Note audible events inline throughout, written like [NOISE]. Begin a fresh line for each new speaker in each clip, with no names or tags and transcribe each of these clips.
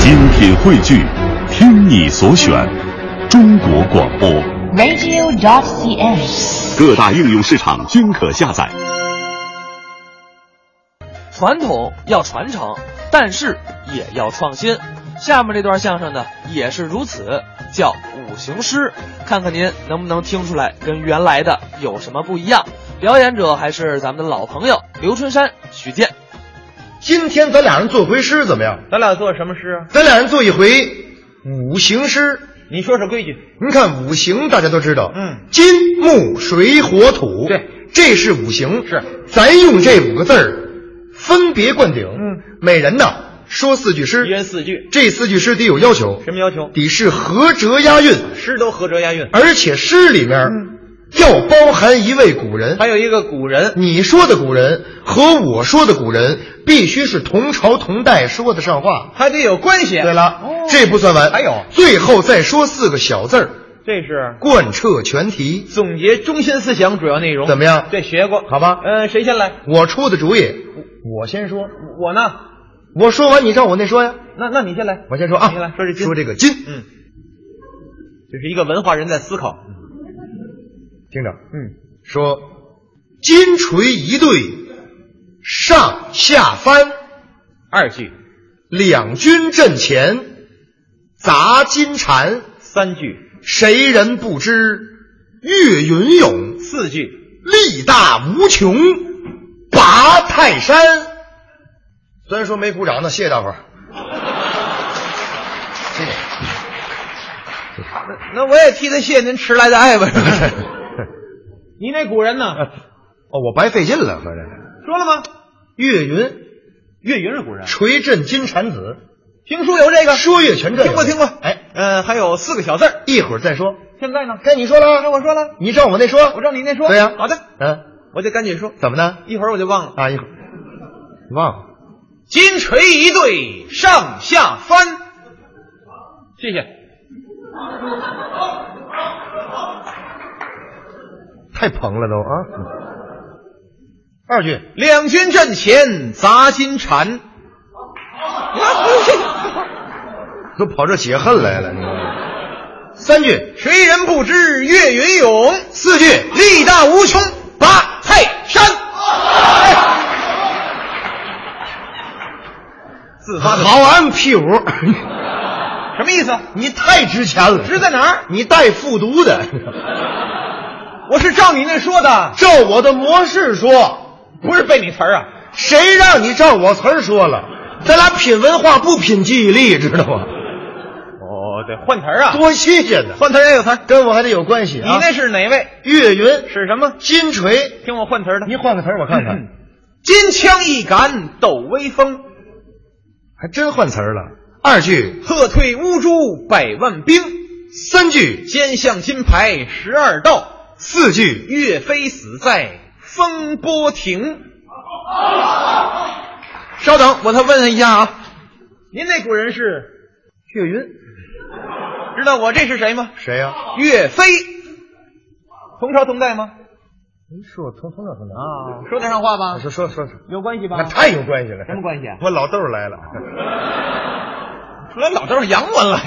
精品汇聚，听你所选，中国广播。
radio.cn。
各大应用市场均可下载。
传统要传承，但是也要创新。下面这段相声呢也是如此，叫五行诗，看看您能不能听出来跟原来的有什么不一样。表演者还是咱们的老朋友刘春山、许健。
今天咱俩人做回诗怎么样？
咱俩做什么诗啊？
咱俩人做一回五行诗。
你说说规矩。
您看五行大家都知道，
嗯，
金木水火土，
对，
这是五行。
是，
咱用这五个字儿分别灌顶。
嗯，
每人呐说四句诗，
一人四句。
这四句诗得有要求，
什么要求？
得是合辙押韵，
诗都合辙押韵，
而且诗里面要包含一位古人。
嗯哎还有一个古人，
你说的古人和我说的古人必须是同朝同代，说得上话。
还得有关系。
对了，
哦
这不算完，
还有
最后再说四个小字儿，
这是
贯彻全题，
总结中心思想主要内容。
怎么样
这学过，
好吧？
嗯、谁先来？
我出的主意，我先说，
我呢？
我说完你照我那说呀，
那那你先来。
我先说啊
你先来，说这金
说这个金，
嗯，这是一个文化人在思考。
听着，
嗯，
说金锤一对，上下翻，
二句、
两军阵前砸金蝉，
三句、
谁人不知岳云勇，
四句，
力大无穷，拔泰山。虽然说没鼓掌呢，谢谢大伙儿。
那那我也替他谢您迟来
[LAUGHS]
的爱吧。你那古人呢？
哦，我白费劲了，合着。
说了吗？
岳云
岳云是古人。
锤震金蝉子，
评书有这个，
说岳全震有
听过听过。
哎，
嗯，还有四个小字儿。
一会儿再说。
现在呢，
该你说了，
该我说了，
你照我那说，
我照你那说。
对呀
好的，
嗯，
我就赶紧说，
怎么呢？
一会儿我就忘了。
啊，一会儿你忘了，
金锤一对上下翻，谢谢。
太捧了都啊。二句，
两军阵前砸金蝉，啊
都跑这解恨来了，你知道吗？三句，
谁人不知岳云勇，
四句，
力大无穷，拔泰山。自发的，
好安屁股，
[LAUGHS] 什么意思？
你太值钱了，
值在哪儿？
你带复读的，
我是照你那说的，
照我的模式说，
不是背你词儿啊。
谁让你照我词儿说了？咱俩品文化不品记忆力，知道吗？
哦，得换词儿啊，
多新鲜呢！
换词儿也有词儿。
跟我还得有关系
你
啊！
那是哪位？
岳云
是什么？
金锤，
听我换词儿的。
您换个词儿我看看，
[CLEARS THROAT] 金枪一杆抖威风，
还真换词儿了。二句、
喝退乌珠百万兵，
三句、
肩向金牌十二道，
四句，
岳飞死在风波
[LAUGHS]
亭。稍等，我再问他一下啊，您那古人是
岳云
知道我这是谁吗？
谁呀、
岳飞，同朝同代吗？
您哎是我同同长同长
啊，说得上话吧？
说说说说，
有 [LAUGHS] 关系吧
那太有关系了。
什么关系啊
我老豆儿来了， [LAUGHS]
出来老头儿洋文了，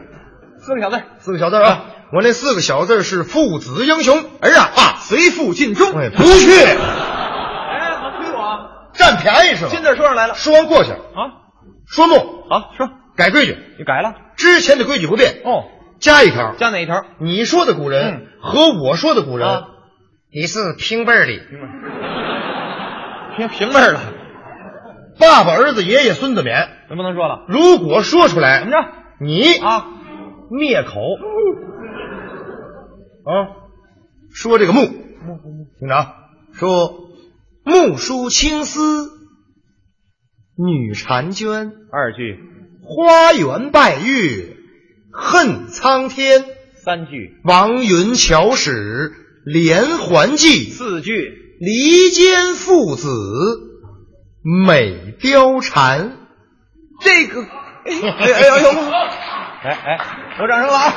[LAUGHS] 四个小字儿。
四个小字儿啊！我那四个小字儿是父子英雄。
儿啊啊，随父尽忠。
哎，不去，
哎，好推我啊！
占便宜是吧？
金字说上来了
说完过去，
啊，
说木
好说，
改规矩，
你改了
之前的规矩不变，
哦，
加一条。
加哪一条？
你说的古人、
嗯
和我说的古人，
啊
你是平辈儿里，
平平辈儿了，
爸爸、儿子、爷爷、孙子免。
能不能说了？
如果说出来，
怎么着
你
啊？
灭口啊！说这个木木听着啊，说木梳青丝，女婵娟，
二句、
花园拜月，恨苍天。
三句、
王云巧使连环计，
四 [LAUGHS] 句，
离间父子，美貂蝉。
这个，哎哎哎呦，哎哎，我掌声了啊！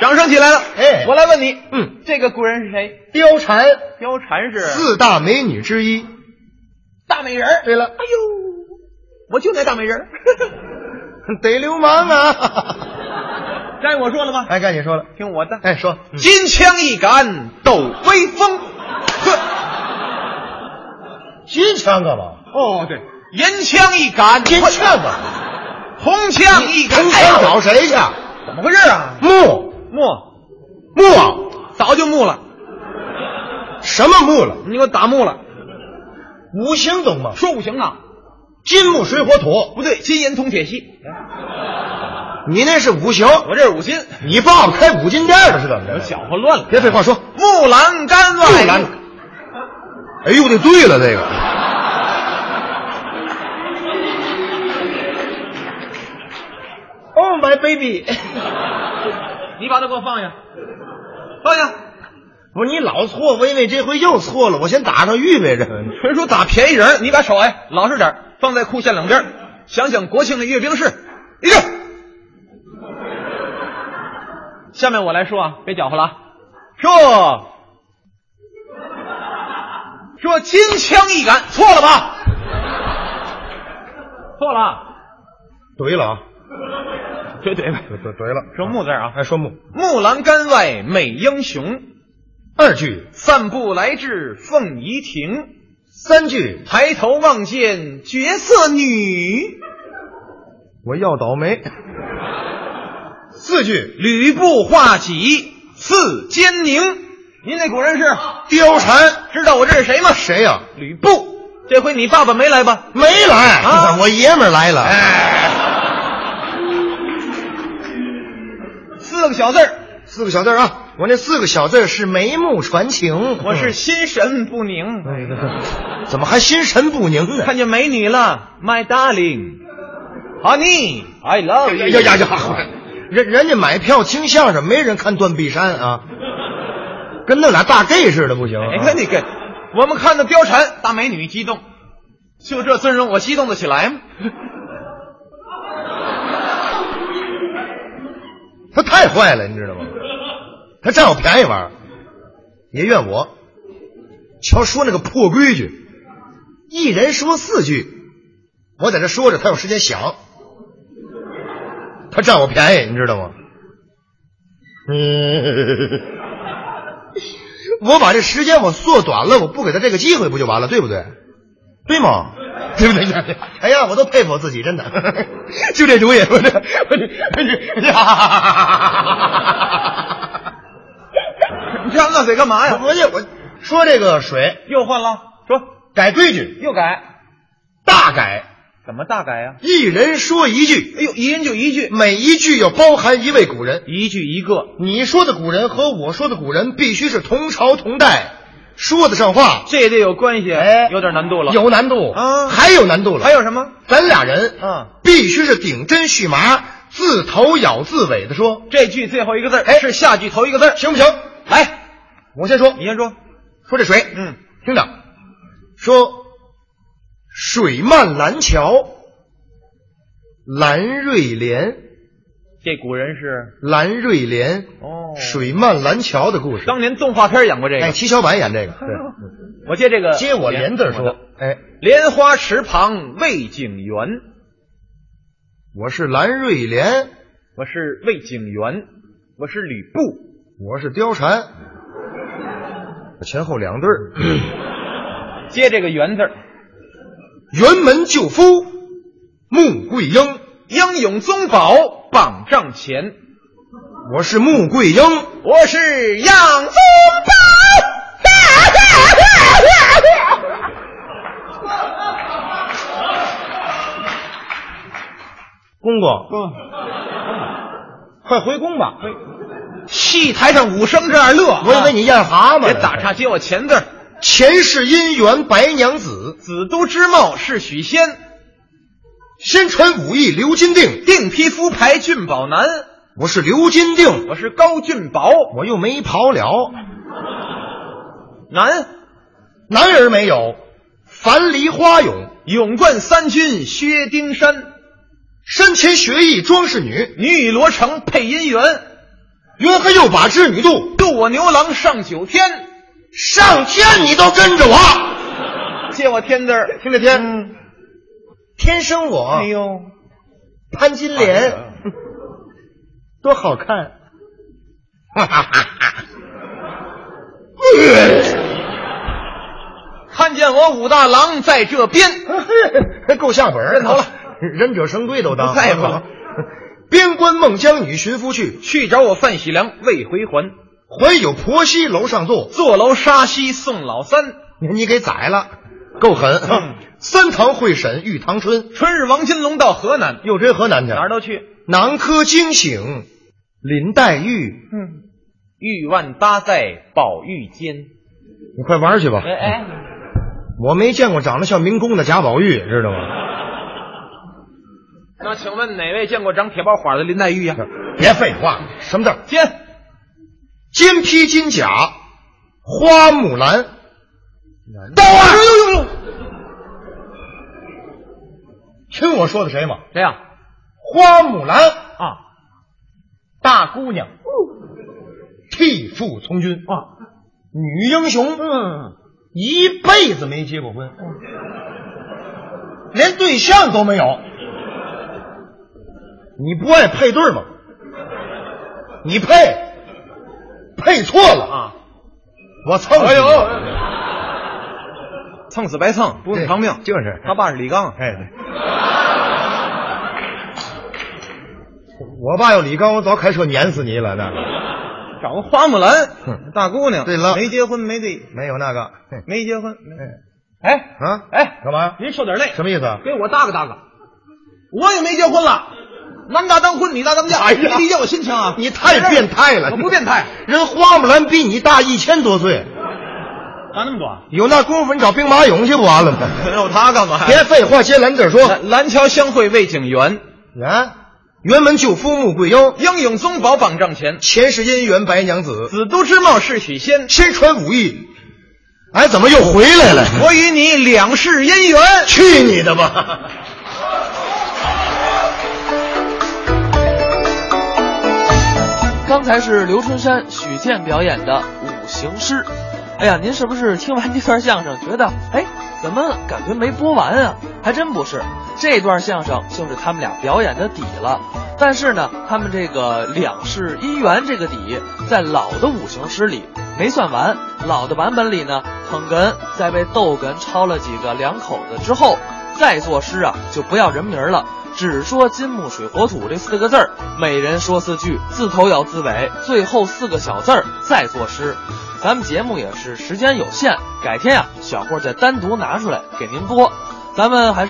掌声起来了。
哎
我来问你，
嗯，
这个古人是谁？
貂蝉
貂蝉是
四大美女之一。
大美人儿。
对了
哎呦，我就那大美人儿。
[LAUGHS] 逮流氓啊！
[LAUGHS] 该我说了吧？
哎，该你说了，
听我的。
哎，说，嗯
金枪一杆斗威
[LAUGHS]
风。呵，
金枪干嘛？
哦对，银枪一杆，
金枪干嘛？
红枪一杆。
红
哎
枪找谁去？
怎么回事啊？
木
木，
木偶
早就木了，
什么木了？
你给我打木了。
五行懂吗？
说五行啊，
金木水火土，
不对，金银铜铁锡，
你那是五行，
我这是五金。
你爸爸开五金店的是怎么着？
搅和乱了。
别废话说，
木兰杆外，
木兰。哎呦，这对了，这个。Oh my baby，
你把它给我放下，放下。
哎不是你老错，我以为这回又错了，我先打上预备着。 [LAUGHS]
纯属打便宜人，你把手哎老实点儿，放在裤线两边儿，想想国庆的阅兵式。立正。下面我来说啊，别搅和了啊。说说金枪一杆，错了吧？错了，
怼了啊，
[LAUGHS] 对对吧？
怼怼怼了。
说木字儿啊
哎，说木。
木兰杆外美英雄，
二句、
散步来至凤仪亭。
三句，
抬头望见绝色女，
我要倒霉。 [LAUGHS] 四句，
吕布画戟刺奸宁。您那果然是
貂蝉，
啊知道我这是谁吗？
谁呀、
吕布。这回你爸爸没来吧？
没来
啊哎
我爷们儿来了。
四个小字儿，
四个小字儿啊，我那四个小字儿是眉目传情。
我
嗯
是心神不宁，
嗯，怎么还心神不宁呢？
看见美女了，My darling，Honey，I love you。
呀呀呀！人人家买票听相声，没人看断臂山啊，跟那俩大 gay 似的，不行、啊。
哎，看你看，我们看到貂蝉大美女激动，就这尊容，我激动得起来吗？
他太坏了，你知道吗？他占我便宜玩儿也怨我。瞧说那个破规矩，一人说四句，我在这说着，他有时间想。他占我便宜，你知道吗？ [LAUGHS] 嗯，我把这时间我缩短了，我不给他这个机会，不就完了，对不对？对吗？对不对？哎呀，我都佩服我自己，真的， [LAUGHS] 就这主意，我这，我 [LAUGHS] 这，呀！
你这饿嘴干嘛呀？
我这我说这个水
又换了，说
改规矩，
又改，
大改，
怎么大改呀、啊
一人说一句，
哎呦，一人就一句，
每一句要包含一位古人。
一句一个，
你说的古人和我说的古人必须是同朝同代，说得上话，
这也得有关系，啊
哎
有点难度了。，
有难度
啊
还有难度了，
还有什么？
咱俩人
啊，
必须是顶针续麻，自头咬自尾的说，哎
这句最后一个字儿，是下句头一个字儿。
行不行？
来，
我先说，
你先说。
说这水，
嗯，
听着，说水漫蓝桥，蓝瑞莲，
这古人是
蓝瑞莲，
哦
水漫蓝桥的故事。
当年动画片演过这
哎，
个。
齐小板演
[LAUGHS]
这个，对，
我借这个，
接我连字儿
我的
说，哎，
莲花池旁魏景元，
我是蓝瑞莲，
我是魏景元，我是吕布，
我是貂蝉，前后两对儿，
接这个元字儿，
辕门救夫，穆桂英，
英勇宗保榜帐前，
我是穆桂英，
我是杨宗
公公，快回宫吧，
戏台上武生这样乐，
我以为你咽蛤蟆
别
呢，
打岔，接我前字儿，
前世姻缘白娘子，
子都之貌是许仙，
身传武艺刘金定，
定皮肤排俊宝男，
我是刘金定，
我是高俊宝
我又没跑了，
男，
男儿没有，樊梨花勇，
勇冠三军薛丁山，
身前学艺装饰女，
女与罗成配姻缘，
缘何又把织女渡，
渡我牛郎上九天。
上天你都跟着我。
借我天字儿，
嗯哎听着天，天生我，
呦，
潘金莲，
[LAUGHS]
多好看！
看见我武大郎在这边，
[LAUGHS] 够下
[LAUGHS]
本儿，啊
认头了，
忍者神龟都当。
太好了！
[LAUGHS] 边关孟姜女寻夫去，
去找我范喜良未回还。
还有婆媳楼上坐，
坐楼杀西送老三，
你给宰了，够狠！
嗯
三堂会审玉堂春，
春日王金龙到河南，
又追河南去
哪儿都去。
南柯惊醒，林黛玉，
嗯，玉腕搭在宝玉肩。
你快玩去吧。
哎哎，
我没见过长得像民工的贾宝玉，知道吗？
那请问哪位见过长铁包花的林黛玉呀、
别废话，什么字儿？
肩
金披金甲，花木兰。等会儿，呦呦呦！听我说的谁吗？
谁呀？
花木兰，
啊，大姑娘
替父从军，
啊，
女英雄。
嗯，哦
一辈子没结过婚，连对象都没有。你不爱配对吗？你配，配错了
啊！
我蹭死你！
哎呦，蹭死白蹭，不用偿命。
就是
他爸是李刚，
哎，对我爸要李刚，我早开车碾死你了。那
找个花木兰
哼，
大姑娘。
对了
没结婚，没对，
没有那个，嘿
没结婚。没哎
啊，
哎，
干嘛？
您受点累，
什么意思啊？
给我搭个搭个，我也没结婚了，男大当婚，女大当嫁，
哎呀
你理解我心情啊？
你太变态了！
我不
[LAUGHS]
变态，
人花木兰比你大一千多岁。
哪那么多？
[LAUGHS] 有那功夫，你找兵马俑去不完了吗？
要他干嘛呀？
别废话，接蓝字儿
[LAUGHS]
说。
蓝蓝桥相会为警员，
啊，辕门救夫穆桂英，
英勇宗保榜帐前，
前世姻缘白娘子，
子都之貌是许仙。
身穿武艺。哎，怎么又回来了？ [LAUGHS]
我与你两世姻缘。
去你的吧！
刚才是刘春山、许健表演的五行诗。哎呀，您是不是听完这段相声觉得，哎，怎么感觉没播完啊？还真不是，这段相声就是他们俩表演的底了。但是呢，他们这个两世姻缘这个底，在老的五行诗里没算完，老的版本里呢，捧哏在被逗哏抄了几个两口子之后，再作诗啊，就不要人名了，只说金木水火土这四个字儿，每人说四句，自头咬自尾，最后四个小字儿再作诗。咱们节目啊也是时间有限，改天呀、小霍再单独拿出来给您播。咱们还。